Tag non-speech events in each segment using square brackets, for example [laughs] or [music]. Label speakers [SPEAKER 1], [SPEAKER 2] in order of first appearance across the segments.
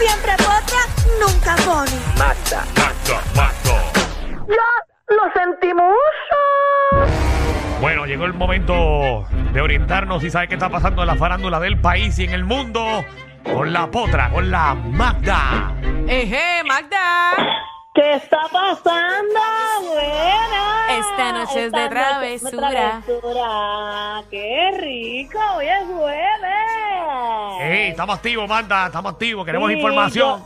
[SPEAKER 1] Siempre potra, nunca pone.
[SPEAKER 2] Mata, mata,
[SPEAKER 1] ¡Ya lo sentimos!
[SPEAKER 3] Bueno, llegó el momento de orientarnos y saber qué está pasando en la farándula del país y en el mundo con la potra, con la Magda.
[SPEAKER 4] Eje, Magda.
[SPEAKER 1] ¿Qué está pasando? Buena.
[SPEAKER 4] Esta
[SPEAKER 1] noche
[SPEAKER 4] noche es de
[SPEAKER 1] es de
[SPEAKER 4] travesura.
[SPEAKER 1] travesura. ¡Qué rico! Hoy es jueves.
[SPEAKER 3] ¡Ey! Estamos activos, Magda, estamos activos, queremos
[SPEAKER 1] Sí,
[SPEAKER 3] información.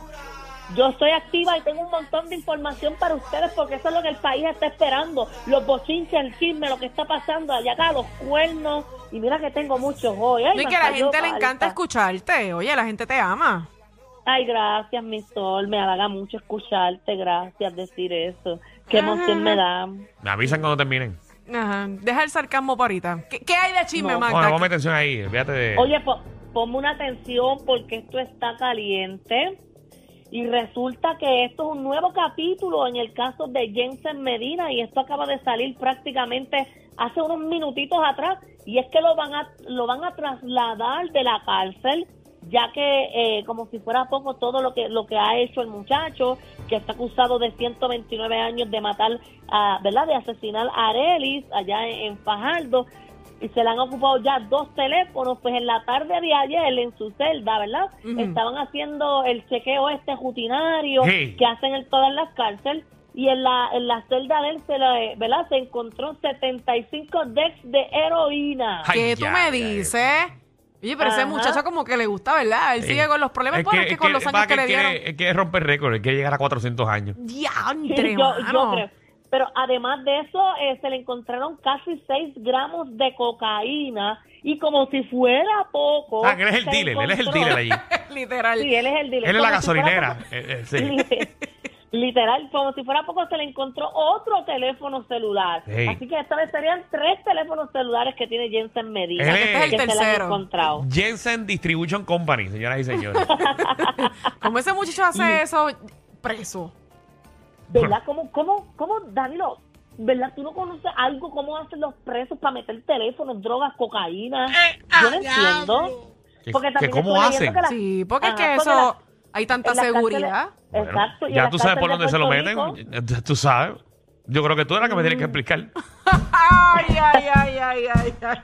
[SPEAKER 1] Yo, yo estoy activa y tengo un montón de información para ustedes porque eso es lo que el país está esperando. Los bochinches, el chisme, lo que está pasando allá acá, los cuernos. Y mira que tengo muchos hoy. Ay,
[SPEAKER 4] No, y
[SPEAKER 1] me
[SPEAKER 4] que a la
[SPEAKER 1] salió
[SPEAKER 4] gente le
[SPEAKER 1] falta.
[SPEAKER 4] encanta escucharte. Oye, la gente te ama.
[SPEAKER 1] Ay, gracias, mi sol. Me halaga mucho escucharte. Gracias decir eso. Qué emoción me da.
[SPEAKER 3] Me avisan cuando terminen.
[SPEAKER 4] Ajá. Deja el sarcasmo para ahorita. ¿Qué, qué hay de chisme,
[SPEAKER 1] No.
[SPEAKER 3] Bueno,
[SPEAKER 4] Magda?
[SPEAKER 3] ponme atención ahí, fíjate de...
[SPEAKER 1] Oye, po- ponme una atención porque esto está caliente. Y resulta que esto es un nuevo capítulo en el caso de Jensen Medina y esto acaba de salir prácticamente hace unos minutitos atrás y es que lo van a lo van a trasladar de la cárcel ya que eh, como si fuera poco todo lo que lo que ha hecho el muchacho que está acusado de 129 años de matar a, verdad de asesinar a Arelis allá en, en Fajardo y se le han ocupado ya dos teléfonos, pues en la tarde de ayer en su celda, ¿verdad?
[SPEAKER 4] Ujú.
[SPEAKER 1] Estaban haciendo el chequeo este rutinario
[SPEAKER 3] Sí.
[SPEAKER 1] que hacen en todas las cárceles y en la, en la celda de él se, le- ¿verdad? se encontró 75 decks de heroína.
[SPEAKER 3] Ay,
[SPEAKER 4] ¿Qué tú
[SPEAKER 3] ya, ya,
[SPEAKER 4] me
[SPEAKER 3] ya.
[SPEAKER 4] dices? Oye, pero ese
[SPEAKER 1] Ajá.
[SPEAKER 4] muchacho como que le gusta, ¿verdad? Él
[SPEAKER 3] Eh,
[SPEAKER 4] sigue con los problemas, bueno, es que con los
[SPEAKER 3] va,
[SPEAKER 4] años que, le
[SPEAKER 3] él quiere-
[SPEAKER 4] dieron.
[SPEAKER 3] él quiere romper récord, él quiere llegar a 400 años.
[SPEAKER 1] [laughs] Sí,
[SPEAKER 4] ¡Diantre,
[SPEAKER 1] yo, yo
[SPEAKER 4] mano!
[SPEAKER 1] creo. Pero además de eso, eh, se le encontraron casi 6 gramos de cocaína y como si fuera
[SPEAKER 4] Oh,
[SPEAKER 1] poco...
[SPEAKER 3] Ah, que él es el
[SPEAKER 1] se
[SPEAKER 3] dealer, él es el
[SPEAKER 1] encontró-
[SPEAKER 3] dealer allí.
[SPEAKER 4] [laughs] Literal.
[SPEAKER 1] Sí, él es el dealer.
[SPEAKER 3] Él es la
[SPEAKER 1] Como si fuera
[SPEAKER 3] gasolinera.
[SPEAKER 1] poco-
[SPEAKER 3] Eh, eh, sí.
[SPEAKER 1] Li- [laughs] Literal, como si fuera poco, se le encontró otro teléfono celular.
[SPEAKER 3] Ey.
[SPEAKER 1] Así que esta vez serían tres teléfonos celulares que tiene Jensen Medina.
[SPEAKER 3] Él
[SPEAKER 1] que
[SPEAKER 3] es-
[SPEAKER 1] se le han
[SPEAKER 4] tercero.
[SPEAKER 3] [laughs]
[SPEAKER 1] encontrado.
[SPEAKER 3] Jensen Distribution Company, señoras y señores.
[SPEAKER 1] [laughs]
[SPEAKER 4] Como ese muchacho hace eso preso.
[SPEAKER 1] ¿Verdad? ¿Cómo, cómo, cómo, Danilo? ¿Verdad? ¿Tú no conoces algo? ¿Cómo hacen los presos para meter teléfonos, drogas, cocaína?
[SPEAKER 4] Eh,
[SPEAKER 1] Yo
[SPEAKER 4] ah,
[SPEAKER 1] no entiendo.
[SPEAKER 3] ¿Qué-
[SPEAKER 1] Porque
[SPEAKER 3] qué-
[SPEAKER 1] también
[SPEAKER 3] cómo
[SPEAKER 1] estoy leyendo
[SPEAKER 3] hacen?
[SPEAKER 1] que la-
[SPEAKER 4] Sí, porque es
[SPEAKER 1] Ajá,
[SPEAKER 4] que
[SPEAKER 1] porque
[SPEAKER 4] eso
[SPEAKER 1] la-
[SPEAKER 4] hay tanta
[SPEAKER 1] en las
[SPEAKER 4] seguridad.
[SPEAKER 1] cárceles-
[SPEAKER 3] Bueno,
[SPEAKER 1] Exacto. y en
[SPEAKER 3] ya
[SPEAKER 1] las
[SPEAKER 3] tú sabes por dónde
[SPEAKER 1] cárceles de
[SPEAKER 3] se lo
[SPEAKER 1] Puerto
[SPEAKER 3] meten.
[SPEAKER 1] Rico-
[SPEAKER 3] eh, Tú tú sabes. Yo creo que tú eras la que me tienes que
[SPEAKER 1] [laughs]
[SPEAKER 3] explicar.
[SPEAKER 4] Ay, ay, ay, ay, ay, ay.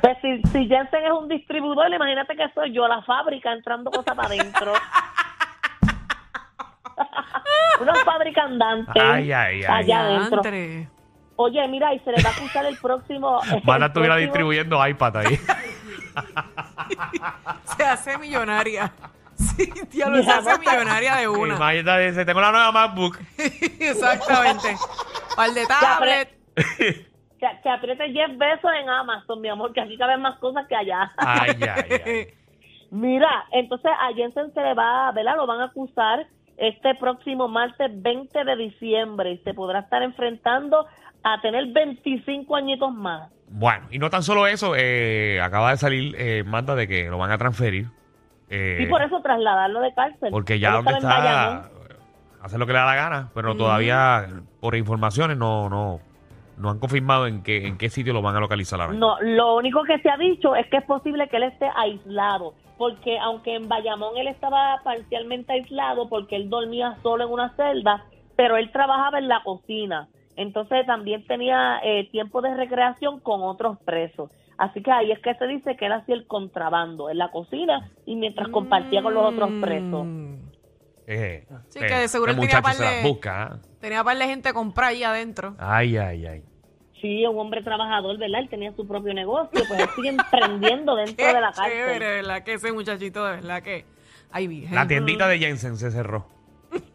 [SPEAKER 1] Pues si, si Jensen es un distribuidor, imagínate que soy yo, la fábrica, entrando cosas para adentro. [laughs] Una fábrica andante.
[SPEAKER 3] Ay, ay, ay.
[SPEAKER 1] Allá adentro.
[SPEAKER 4] Diantre.
[SPEAKER 1] Oye, mira, y se le va a acusar el
[SPEAKER 3] [laughs]
[SPEAKER 1] próximo. el
[SPEAKER 3] Mala estuviera
[SPEAKER 1] próximo-
[SPEAKER 3] distribuyendo iPad ahí.
[SPEAKER 4] Se hace millonaria. [laughs] Sí, diablo, se
[SPEAKER 1] Ya,
[SPEAKER 4] hace millonaria [laughs] de una.
[SPEAKER 3] Imagínate, dice, tengo la nueva MacBook.
[SPEAKER 4] [laughs] Exactamente. Al de
[SPEAKER 1] Ya, pero-
[SPEAKER 4] tablet.
[SPEAKER 1] Que, que apriete 10 besos en Amazon, mi amor, que aquí caben más cosas que allá.
[SPEAKER 3] Ay, ay,
[SPEAKER 4] [laughs]
[SPEAKER 3] ay.
[SPEAKER 1] Mira, entonces a Jensen se le va, ¿verdad? Lo van a acusar este próximo martes 20 de diciembre y se podrá estar enfrentando a tener 25 añitos más.
[SPEAKER 3] Bueno, y no tan solo eso, eh, acaba de salir eh, manda de que lo van a transferir. eh,
[SPEAKER 1] Y por eso trasladarlo de cárcel.
[SPEAKER 3] Porque ya
[SPEAKER 1] Él
[SPEAKER 3] donde
[SPEAKER 1] estaba en
[SPEAKER 3] está,
[SPEAKER 1] Bayamón.
[SPEAKER 3] hace lo que le da la gana, pero todavía por informaciones no, no, no han confirmado en qué, en qué sitio lo van a localizar ahora.
[SPEAKER 1] No, lo único que se ha dicho es que es posible que él esté aislado. Porque aunque en Bayamón él estaba parcialmente aislado porque él dormía solo en una celda, pero él trabajaba en la cocina. Entonces también tenía eh, tiempo de recreación con otros presos. Así que ahí es que se dice que él hacía el contrabando en la cocina y mientras compartía con los otros presos.
[SPEAKER 4] Mm.
[SPEAKER 3] Eh,
[SPEAKER 4] Sí, que de seguro
[SPEAKER 3] el
[SPEAKER 4] él tenía
[SPEAKER 3] muchacho se
[SPEAKER 4] par de-
[SPEAKER 3] las busca. ¿eh?
[SPEAKER 4] Tenía par de gente comprar ahí adentro.
[SPEAKER 3] Ay, ay, ay.
[SPEAKER 1] Sí, un hombre trabajador, ¿verdad? Él tenía su propio negocio, pues él sigue emprendiendo dentro
[SPEAKER 4] Qué
[SPEAKER 1] de la cárcel.
[SPEAKER 4] chévere, de verdad, que ese muchachito, de verdad, que... Ay, virgen.
[SPEAKER 3] La tiendita de Jensen se cerró.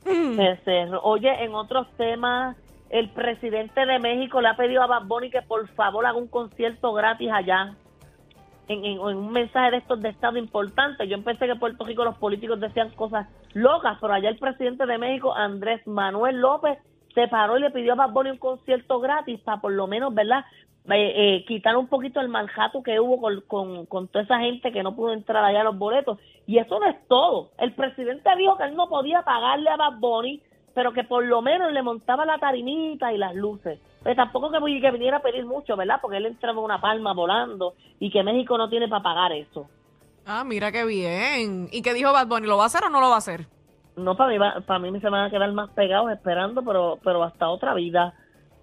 [SPEAKER 1] Se cerró. Oye, en otros temas, el presidente de México le ha pedido a Bad Bunny que por favor haga un concierto gratis allá. En, en- en un mensaje de estos de Estado importante. Yo pensé que en Puerto Rico los políticos decían cosas locas, pero allá el presidente de México, Andrés Manuel López, se paró y le pidió a Bad Bunny un concierto gratis para por lo menos, ¿verdad? Eh, eh, quitar un poquito el manjato que hubo con, con, con toda esa gente que no pudo entrar allá a los boletos. Y eso no es todo. El presidente dijo que él no podía pagarle a Bad Bunny, pero que por lo menos le montaba la tarimita y las luces. Pero tampoco que, que viniera a pedir mucho, ¿verdad? Porque él entraba una palma volando y que México no tiene para pagar eso.
[SPEAKER 4] Ah, mira qué bien. ¿Y qué dijo Bad Bunny? ¿Lo va a hacer o no lo va a hacer?
[SPEAKER 1] No, para mí, va- para mí se van a quedar más pegados esperando, pero, pero hasta otra vida.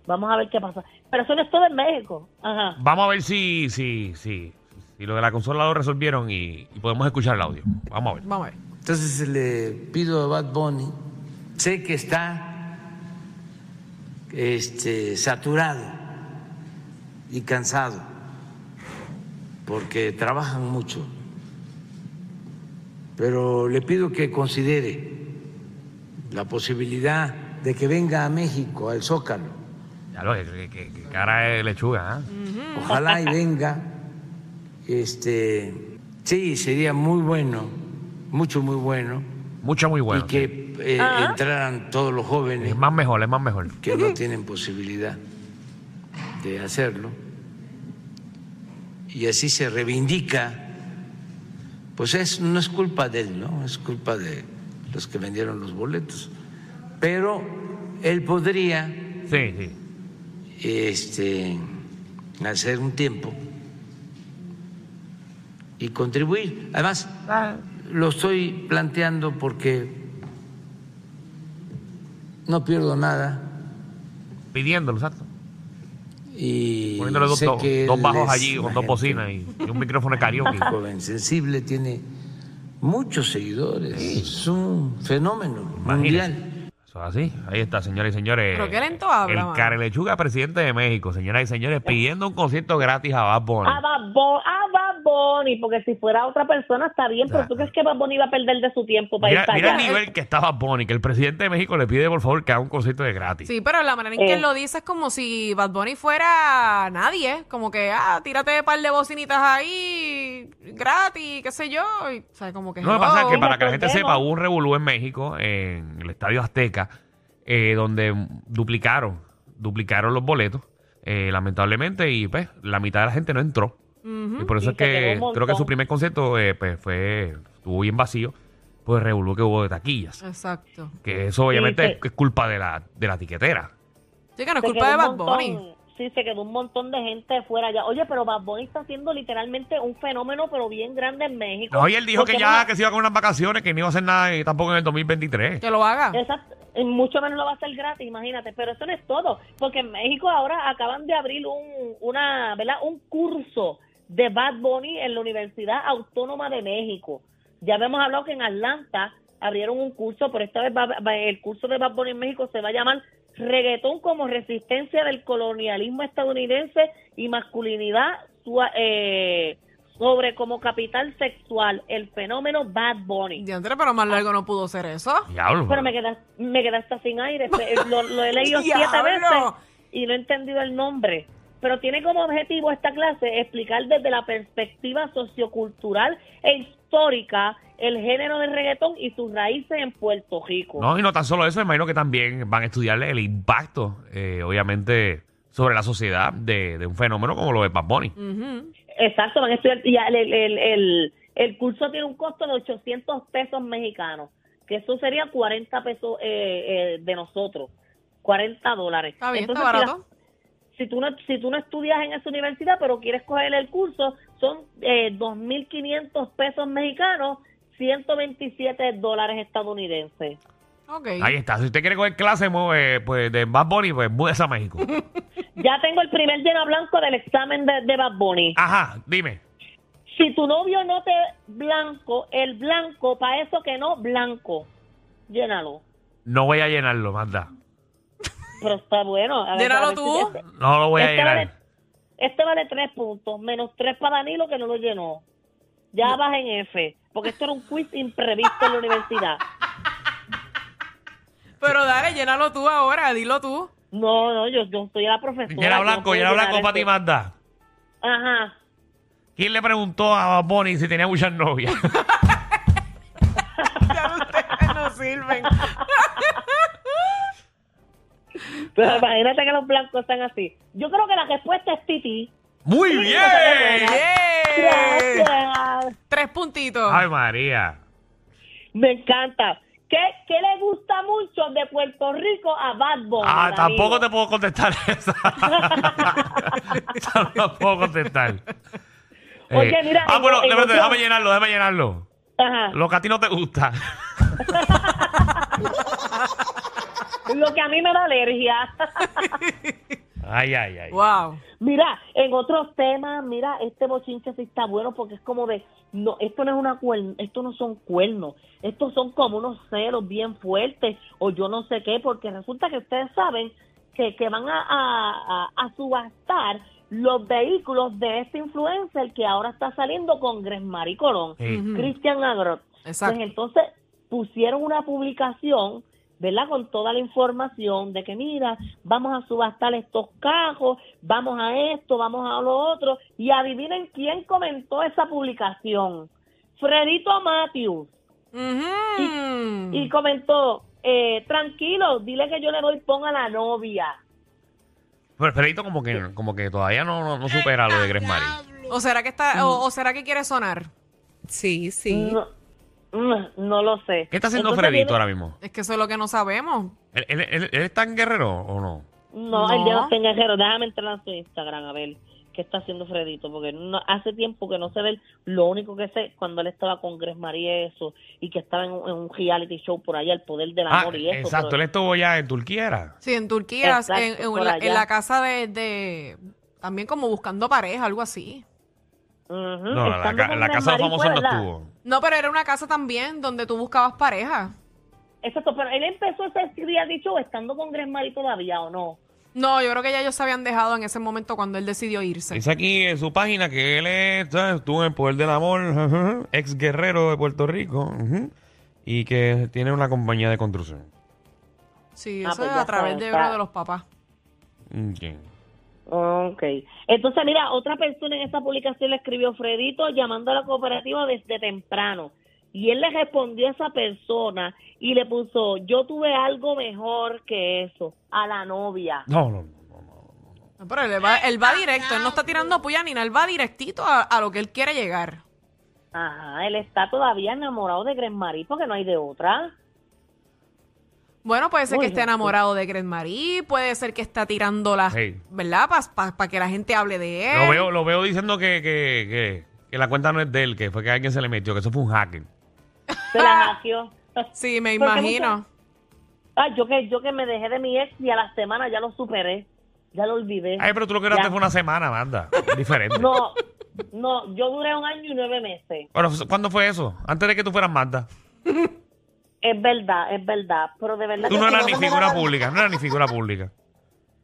[SPEAKER 1] Vamos a ver qué pasa. Pero eso no es todo en México. Ajá.
[SPEAKER 3] Vamos a ver si, si, si, si lo de la consola lo resolvieron y, y podemos escuchar el audio. Vamos a ver.
[SPEAKER 4] Vamos a ver.
[SPEAKER 2] Entonces le pido a Bad Bunny, sé que está este, saturado y cansado, porque trabajan mucho, pero le pido que considere la posibilidad de que venga a México, al Zócalo,
[SPEAKER 3] Ya lo que, que- que cara de lechuga, ¿ah?
[SPEAKER 2] ojalá y venga, este, sí, sería muy bueno, mucho, muy bueno.
[SPEAKER 3] Mucho muy bueno.
[SPEAKER 2] y que eh, entraran todos los jóvenes
[SPEAKER 3] Es más mejor, es más mejor.
[SPEAKER 2] que no tienen posibilidad de hacerlo. Y así se reivindica. Pues es, no es culpa de él, ¿no? Es culpa de los que vendieron los boletos. Pero él podría
[SPEAKER 3] Sí, sí.
[SPEAKER 2] este, hacer un tiempo y contribuir. Además, lo estoy planteando porque no pierdo nada
[SPEAKER 3] Pidiéndolo, exacto.
[SPEAKER 2] y
[SPEAKER 3] Poniéndole dos,
[SPEAKER 2] sé
[SPEAKER 3] dos-
[SPEAKER 2] que
[SPEAKER 3] dos
[SPEAKER 2] él
[SPEAKER 3] bajos
[SPEAKER 2] es
[SPEAKER 3] allí con
[SPEAKER 2] una
[SPEAKER 3] dos
[SPEAKER 2] gente
[SPEAKER 3] bocinas y, y un micrófono de karaoke.
[SPEAKER 2] Joven, sensible, tiene muchos seguidores, es un fenómeno
[SPEAKER 3] Imagínate.
[SPEAKER 2] mundial.
[SPEAKER 3] Eso es así. Ahí está, señores y señores.
[SPEAKER 4] Pero qué lento habla,
[SPEAKER 3] El
[SPEAKER 4] mano.
[SPEAKER 3] cara lechuga, presidente de México, señoras y señores, pidiendo un concierto gratis a Bad Bunny.
[SPEAKER 1] A Bad Bunny, a Bad Bunny, porque si fuera otra persona está bien, pero
[SPEAKER 3] Ya.
[SPEAKER 1] ¿tú crees que Bad Bunny iba a perder de su tiempo para
[SPEAKER 3] Mira,
[SPEAKER 1] ir para
[SPEAKER 3] mira el
[SPEAKER 1] allá?
[SPEAKER 3] nivel que estaba Bunny, que el presidente de México le pide por favor que haga un concierto de gratis.
[SPEAKER 4] Sí, pero la manera en que
[SPEAKER 1] Eh.
[SPEAKER 4] él lo dice es como si Bad Bunny fuera nadie. Como que, ah, tírate un par de bocinitas ahí, gratis, qué sé yo. Y, o sea, como que.
[SPEAKER 3] No, lo que pasa es que
[SPEAKER 4] hello.
[SPEAKER 3] para que la gente
[SPEAKER 1] Entendemos.
[SPEAKER 3] sepa, hubo un revolú en México, en el Estadio Azteca, eh, donde duplicaron, duplicaron los boletos, eh, lamentablemente, y pues la mitad de la gente no entró. Y por eso
[SPEAKER 1] Y
[SPEAKER 3] es
[SPEAKER 1] se quedó
[SPEAKER 3] que
[SPEAKER 1] un montón.
[SPEAKER 3] creo que su primer concierto eh, pues, fue, estuvo bien vacío, pues revolú que hubo de taquillas.
[SPEAKER 4] Exacto.
[SPEAKER 3] Que eso obviamente
[SPEAKER 1] Sí,
[SPEAKER 3] es,
[SPEAKER 1] sí.
[SPEAKER 3] es culpa de la, de la tiquetera.
[SPEAKER 4] Sí, que no es
[SPEAKER 1] Se
[SPEAKER 4] culpa
[SPEAKER 1] quedó
[SPEAKER 4] de
[SPEAKER 1] un
[SPEAKER 4] Bad
[SPEAKER 1] montón-
[SPEAKER 4] Bunny.
[SPEAKER 1] Sí, se quedó un montón de gente fuera allá. Oye, pero Bad Bunny está haciendo literalmente un fenómeno, pero bien grande en México.
[SPEAKER 3] No, y él dijo
[SPEAKER 1] Porque
[SPEAKER 3] que ya
[SPEAKER 1] no-
[SPEAKER 3] que se iba con unas vacaciones, que no iba a hacer nada eh, tampoco en el 2023.
[SPEAKER 4] Que lo haga.
[SPEAKER 1] Exacto. Y eh, mucho menos lo va a hacer gratis, imagínate. Pero eso no es todo, porque en México ahora acaban de abrir un, una, ¿verdad? un curso de Bad Bunny en la Universidad Autónoma de México. Ya habíamos hablado que en Atlanta abrieron un curso, pero esta vez va- va- el curso de Bad Bunny en México se va a llamar Reggaetón como resistencia del colonialismo estadounidense y masculinidad sua- eh, sobre como capital sexual, el fenómeno Bad Bunny.
[SPEAKER 4] Diantre, pero
[SPEAKER 1] Ah.
[SPEAKER 4] más largo no pudo ser eso.
[SPEAKER 3] Diablo.
[SPEAKER 1] Pero me quedé, me quedé hasta sin aire. Fe-
[SPEAKER 4] [laughs]
[SPEAKER 1] Lo, lo he leído siete
[SPEAKER 4] ¡Diablo!
[SPEAKER 1] veces y no he entendido el nombre. Pero tiene como objetivo esta clase explicar desde la perspectiva sociocultural e histórica el género del reggaetón y sus raíces en Puerto Rico.
[SPEAKER 3] No, y no tan solo eso, imagino que también van a estudiar el impacto, eh, obviamente, sobre la sociedad de, de un fenómeno como lo de Bad Bunny.
[SPEAKER 4] Ujú.
[SPEAKER 1] Exacto, van a estudiar. y ya el, el, el, el- el curso tiene un costo de 800 pesos mexicanos, que eso sería 40 pesos eh, eh, de nosotros, 40 dólares.
[SPEAKER 4] Está bien,
[SPEAKER 1] Entonces,
[SPEAKER 4] está
[SPEAKER 1] si la-
[SPEAKER 4] barato.
[SPEAKER 1] si tú no, si tú no estudias en esa universidad, pero quieres coger el curso, son eh, 2.500 pesos mexicanos, 127 dólares estadounidenses.
[SPEAKER 4] Ok.
[SPEAKER 3] Ahí está. Si usted quiere coger clase mo- eh, pues, de Bad Bunny, pues múdese a México.
[SPEAKER 1] Ya tengo el primer lleno blanco del examen de, de Bad Bunny.
[SPEAKER 4] Ah.
[SPEAKER 3] Ajá, dime.
[SPEAKER 1] Si tu novio no te blanco, el blanco, para eso que no, blanco. Llénalo.
[SPEAKER 3] No voy a llenarlo, manda.
[SPEAKER 1] Pero está bueno. A ver,
[SPEAKER 4] Llénalo
[SPEAKER 1] a ver si
[SPEAKER 4] tú.
[SPEAKER 1] este-
[SPEAKER 3] No lo voy a
[SPEAKER 1] Este vale,
[SPEAKER 3] llenar.
[SPEAKER 1] este vale tres puntos, menos tres para Danilo que no lo llenó. Ya vas en F, porque esto era un quiz imprevisto en la universidad.
[SPEAKER 4] Pero dale, llénalo tú ahora, dilo tú. [laughs]
[SPEAKER 1] No, no, yo, yo soy la profesora.
[SPEAKER 3] Llena
[SPEAKER 1] yo no
[SPEAKER 3] blanco,
[SPEAKER 1] puedo
[SPEAKER 3] llena
[SPEAKER 1] llenar
[SPEAKER 3] blanco para ti,
[SPEAKER 1] esto.
[SPEAKER 3] manda.
[SPEAKER 1] Ajá.
[SPEAKER 3] ¿Quién le preguntó a Bad Bunny si tenía muchas novias? [laughs]
[SPEAKER 4] Ya ustedes [laughs] no sirven.
[SPEAKER 3] Ah.
[SPEAKER 1] Pero imagínate que los blancos están así. Yo creo que la respuesta es Titi.
[SPEAKER 3] ¡Muy bien!
[SPEAKER 4] ¡Yeah!
[SPEAKER 1] Gracias.
[SPEAKER 4] Tres puntitos.
[SPEAKER 3] Ay, María.
[SPEAKER 1] Me encanta. ¿Qué, qué le gusta mucho de Puerto Rico a Bad Bunny?
[SPEAKER 3] Ah,
[SPEAKER 1] Danilo?
[SPEAKER 3] tampoco te puedo contestar [laughs] esa. Esa no la puedo contestar.
[SPEAKER 1] Oye, mira,
[SPEAKER 3] ah,
[SPEAKER 1] en-
[SPEAKER 3] bueno,
[SPEAKER 1] en
[SPEAKER 3] espérate,
[SPEAKER 1] otro-
[SPEAKER 3] déjame llenarlo, déjame llenarlo.
[SPEAKER 1] Ajá.
[SPEAKER 3] Lo que a ti no te gusta.
[SPEAKER 1] Lo que a mí me da alergia.
[SPEAKER 3] Ay, ay, ay.
[SPEAKER 4] Wow.
[SPEAKER 1] Mira, en otros temas, mira, este bochinche sí está bueno porque es como de, no, esto no es una cuerno, esto no son cuernos, estos son como unos ceros bien fuertes o yo no sé qué, porque resulta que ustedes saben que, que van a, a- a- a subastar los vehículos de este influencer que ahora está saliendo con Gresmari Colón,
[SPEAKER 3] Sí.
[SPEAKER 4] Ujú.
[SPEAKER 1] Cristian Agrot.
[SPEAKER 4] Exacto.
[SPEAKER 1] Pues entonces pusieron una publicación, ¿verdad? Con toda la información de que, mira, vamos a subastar estos cajos, vamos a esto, vamos a lo otro. Y adivinen quién comentó esa publicación. Fredito Matthews.
[SPEAKER 3] Mm.
[SPEAKER 4] Ujú.
[SPEAKER 1] Y comentó, eh, tranquilo, dile que yo le doy pon a la novia.
[SPEAKER 3] Pero Fredito como que, como que todavía no, no, no supera lo de Gresmari.
[SPEAKER 4] ¿O será que está, o, o será que quiere sonar?
[SPEAKER 5] Sí, sí.
[SPEAKER 1] No, mm, no lo sé.
[SPEAKER 3] ¿Qué está haciendo
[SPEAKER 1] Entonces
[SPEAKER 3] Fredito
[SPEAKER 1] viene-
[SPEAKER 3] ahora mismo?
[SPEAKER 4] Es que eso es lo que no sabemos.
[SPEAKER 3] ¿Él, él, él- él es tan guerrero o no?
[SPEAKER 1] No, el
[SPEAKER 4] No.
[SPEAKER 1] de los tenguejeros. Déjame entrar a su Instagram a ver qué está haciendo Fredito, porque no, hace tiempo que no se ve. él. Lo único que sé cuando él estaba con Gres María y eso, y que estaba en un, en un reality show por allá, el poder del
[SPEAKER 3] Ah,
[SPEAKER 1] amor y eso.
[SPEAKER 3] exacto.
[SPEAKER 1] pero-
[SPEAKER 3] Él estuvo ya en Turquía. era.
[SPEAKER 4] Sí, en Turquía,
[SPEAKER 1] Exacto,
[SPEAKER 4] en, en
[SPEAKER 1] por
[SPEAKER 4] la,
[SPEAKER 1] allá.
[SPEAKER 4] en la casa de, de- También como buscando pareja, algo así.
[SPEAKER 1] Ujú,
[SPEAKER 3] No, la,
[SPEAKER 1] ¿Mm? estando
[SPEAKER 3] ca-
[SPEAKER 1] con
[SPEAKER 3] la
[SPEAKER 1] Gres
[SPEAKER 3] casa de los
[SPEAKER 1] Marí
[SPEAKER 3] famosos
[SPEAKER 1] fue,
[SPEAKER 3] no
[SPEAKER 1] ¿verdad?
[SPEAKER 3] estuvo.
[SPEAKER 4] No, pero era una casa también donde tú buscabas pareja.
[SPEAKER 1] Exacto, pero él empezó ese reality show estando con Gres Marí todavía, ¿o no?
[SPEAKER 4] No, yo creo que ya ellos se habían dejado en ese momento cuando él decidió irse.
[SPEAKER 3] Dice aquí en su página que él es, ¿sabes? estuvo en el poder del amor, [laughs] ujú, ex guerrero de Puerto Rico, ujú, y que tiene una compañía de construcción.
[SPEAKER 4] Sí,
[SPEAKER 1] Ah,
[SPEAKER 4] eso
[SPEAKER 1] pues
[SPEAKER 4] es
[SPEAKER 1] ya
[SPEAKER 4] a través
[SPEAKER 1] está,
[SPEAKER 4] de
[SPEAKER 1] está.
[SPEAKER 4] uno de los papás.
[SPEAKER 3] Ok.
[SPEAKER 1] Ok. Entonces, mira, otra persona en esa publicación le escribió Fredito llamando a la cooperativa desde temprano. Y él le respondió a esa persona y le puso, yo tuve algo mejor que eso, a la novia.
[SPEAKER 3] No, no, no. no, no.
[SPEAKER 4] No, pero él va,
[SPEAKER 1] Ah,
[SPEAKER 4] él va directo, él no está tirando puya ni nada, él va directito a, a lo que él quiere llegar.
[SPEAKER 1] Ajá, él está todavía enamorado de Gres Marí porque no hay de otra.
[SPEAKER 4] Bueno, puede ser
[SPEAKER 1] Uy,
[SPEAKER 4] que esté
[SPEAKER 1] no,
[SPEAKER 4] enamorado de Gret Marie, puede ser que está tirando las,
[SPEAKER 3] Hey.
[SPEAKER 4] ¿verdad? Para que la gente hable de él.
[SPEAKER 1] Eh.
[SPEAKER 3] Lo veo, lo veo diciendo que, que, que, que la cuenta no es de él, que fue que alguien se le metió, que eso fue un hacker.
[SPEAKER 1] Se
[SPEAKER 3] Ah.
[SPEAKER 1] la hackeó.
[SPEAKER 4] Sí, me
[SPEAKER 1] Porque
[SPEAKER 4] imagino.
[SPEAKER 1] muchas- Ay, Ah, yo que, yo que me dejé de mi ex y a la semana ya lo superé. Ya lo olvidé.
[SPEAKER 3] Ay, pero tú lo que duraste
[SPEAKER 1] Ya.
[SPEAKER 3] fue una semana,
[SPEAKER 1] [laughs]
[SPEAKER 3] banda. Diferente.
[SPEAKER 1] No, no, yo duré un año y nueve meses.
[SPEAKER 3] Bueno, ¿cuándo fue eso? Antes de que tú fueras Marta.
[SPEAKER 1] Es verdad, es verdad, pero de verdad
[SPEAKER 3] Tú
[SPEAKER 1] que
[SPEAKER 3] no
[SPEAKER 1] si
[SPEAKER 3] eras ni
[SPEAKER 1] vamos a
[SPEAKER 3] figura
[SPEAKER 1] hablar-
[SPEAKER 3] pública, no eras ni figura pública.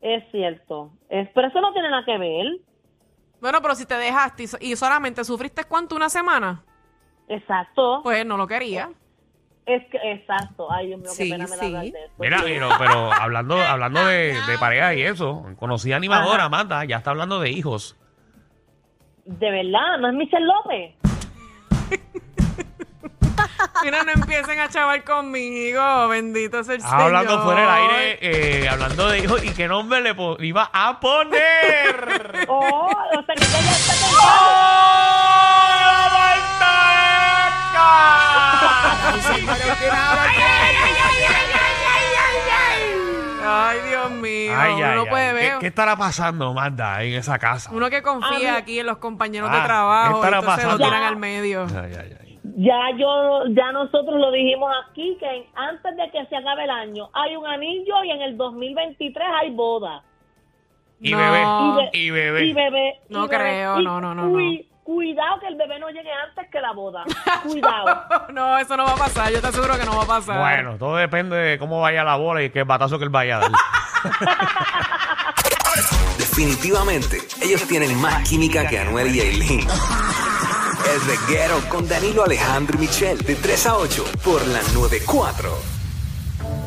[SPEAKER 1] Es cierto, es, pero eso no tiene nada que ver.
[SPEAKER 4] Bueno, pero si te dejaste y so- y solamente sufriste cuánto, una semana,
[SPEAKER 1] Exacto,
[SPEAKER 4] pues no lo quería.
[SPEAKER 1] es que, exacto. Ay, Dios mío,
[SPEAKER 5] Sí,
[SPEAKER 1] qué pena me da
[SPEAKER 5] sí.
[SPEAKER 1] hablar de eso.
[SPEAKER 3] Mira, pero, pero hablando, hablando de, de pareja y eso, conocí a animadora, Marta, ya está hablando de hijos.
[SPEAKER 1] De verdad, no es Michelle López.
[SPEAKER 4] Mira, no empiecen a chaval conmigo, bendito sea el
[SPEAKER 3] Ah, hablando
[SPEAKER 4] Señor.
[SPEAKER 3] fuera del aire, eh, hablando de hijos y qué nombre le po- iba a
[SPEAKER 4] [laughs]
[SPEAKER 3] poner.
[SPEAKER 1] Oh, o sea que ella ya está
[SPEAKER 3] ¡Oh,
[SPEAKER 1] pensando.
[SPEAKER 3] la Marta Eca!
[SPEAKER 4] Ay, Dios mío.
[SPEAKER 3] Ay,
[SPEAKER 4] uno
[SPEAKER 3] ay,
[SPEAKER 4] no
[SPEAKER 3] ay.
[SPEAKER 4] puede
[SPEAKER 3] ¿Qué,
[SPEAKER 4] ver.
[SPEAKER 3] qué estará pasando, Marta, en esa casa?
[SPEAKER 4] Uno que confía aquí en los compañeros de
[SPEAKER 3] Ah,
[SPEAKER 4] trabajo,
[SPEAKER 3] ¿qué estará
[SPEAKER 4] entonces
[SPEAKER 3] pasando?
[SPEAKER 4] lo tiran al medio.
[SPEAKER 3] Ay, ay, ay.
[SPEAKER 1] Ya yo, ya nosotros lo dijimos aquí que en- antes de que se acabe el año hay un anillo y en el 2023 hay boda.
[SPEAKER 3] Y
[SPEAKER 4] No.
[SPEAKER 3] bebé. Y bebé.
[SPEAKER 1] Y bebé. y
[SPEAKER 4] No
[SPEAKER 1] bebé,
[SPEAKER 4] creo,
[SPEAKER 1] y
[SPEAKER 4] no, no, no,
[SPEAKER 1] cui- Cuidado que el bebé no llegue antes que la boda.
[SPEAKER 4] [laughs]
[SPEAKER 1] Cuidado.
[SPEAKER 4] [laughs] No, eso no va a pasar, yo te aseguro que no va a pasar.
[SPEAKER 3] Bueno, todo depende de cómo vaya la bola y qué batazo que él vaya a dar.
[SPEAKER 6] Definitivamente, ellos tienen más química que Anuel y Aileen. El reguero con Danilo Alejandro y Michel, de 3 a 8, por la 94.